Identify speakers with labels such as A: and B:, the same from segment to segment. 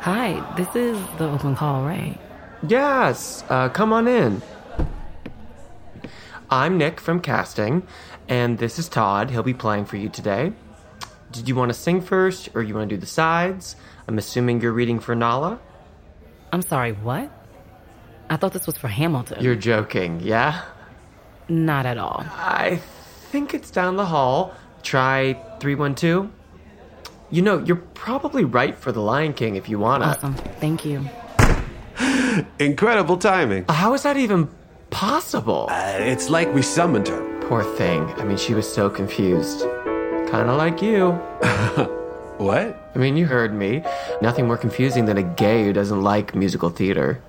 A: Hi, this is the open call, right?
B: Yes, uh, come on in. I'm Nick from casting, and this is Todd. He'll be playing for you today. Did you want to sing first, or you want to do the sides? I'm assuming you're reading for Nala.
A: I'm sorry, what? I thought this was for Hamilton.
B: You're joking, yeah?
A: Not at all.
B: I think it's down the hall. Try 312. You know, you're probably right for The Lion King if you want to.
A: Awesome. Thank you.
C: Incredible timing.
B: Uh, How is that even possible?
C: Uh, It's like we summoned her.
B: Poor thing. I mean, she was so confused. Kind of like you.
C: What?
B: I mean, you heard me. Nothing more confusing than a gay who doesn't like musical theater.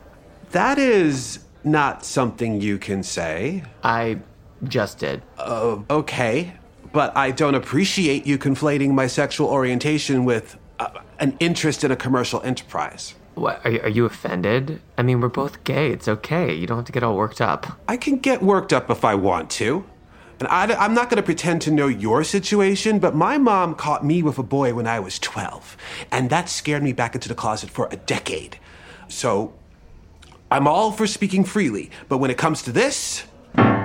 C: That is not something you can say.
B: I just did. Uh,
C: Okay, but I don't appreciate you conflating my sexual orientation with uh, an interest in a commercial enterprise.
B: What, are, you- are you offended? I mean, we're both gay. It's okay. You don't have to get all worked up.
C: I can get worked up if I want to. And I, am not going to pretend to know your situation, but my mom caught me with a boy when I was 12, and that scared me back into the closet for a decade. So I'm all for speaking freely, but when it comes to this,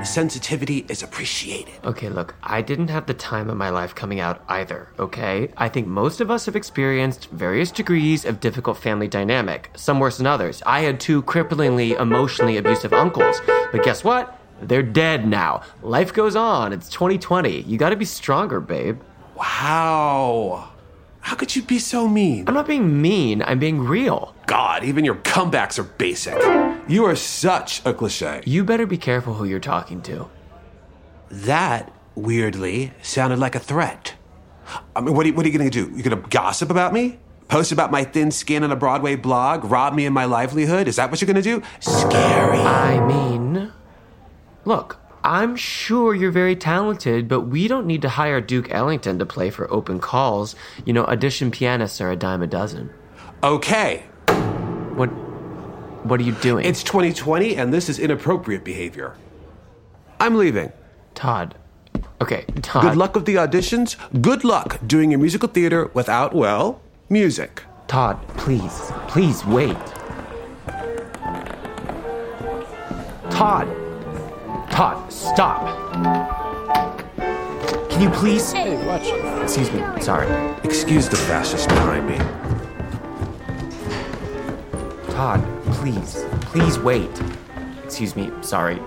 C: sensitivity is appreciated.
B: Okay, look, I didn't have the time of my life coming out either, okay? I think most of us have experienced various degrees of difficult family dynamic, some worse than others. I had two cripplingly emotionally abusive uncles, but guess what? They're dead now. Life goes on. It's 2020. You gotta be stronger, babe.
C: Wow. How could you be so mean?
B: I'm not being mean, I'm being real.
C: God, even your comebacks are basic. You are such a cliche.
B: You better be careful who you're talking to.
C: That, weirdly, sounded like a threat. I mean, what are, you- what are you gonna do? You're gonna gossip about me? Post about my thin skin on a Broadway blog? Rob me of my livelihood? Is that what you're gonna do? Scary.
B: I mean, look, I'm sure you're very talented, but we don't need to hire Duke Ellington to play for open calls. You know, audition pianists are a dime a dozen.
C: Okay,
B: What what are you doing?
C: it's 2020 and this is inappropriate behavior. I'm leaving.
B: Todd. Okay, Todd.
C: Good luck with the auditions. Good luck doing your musical theater without, well, music.
B: Todd, please. Please wait. Todd. Todd, stop. Can you please? Hey, watch. Excuse me. Sorry.
C: Excuse the fascist behind me.
B: Todd, please, please wait. Excuse me, sorry.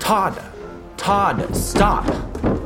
B: Todd, Todd, stop.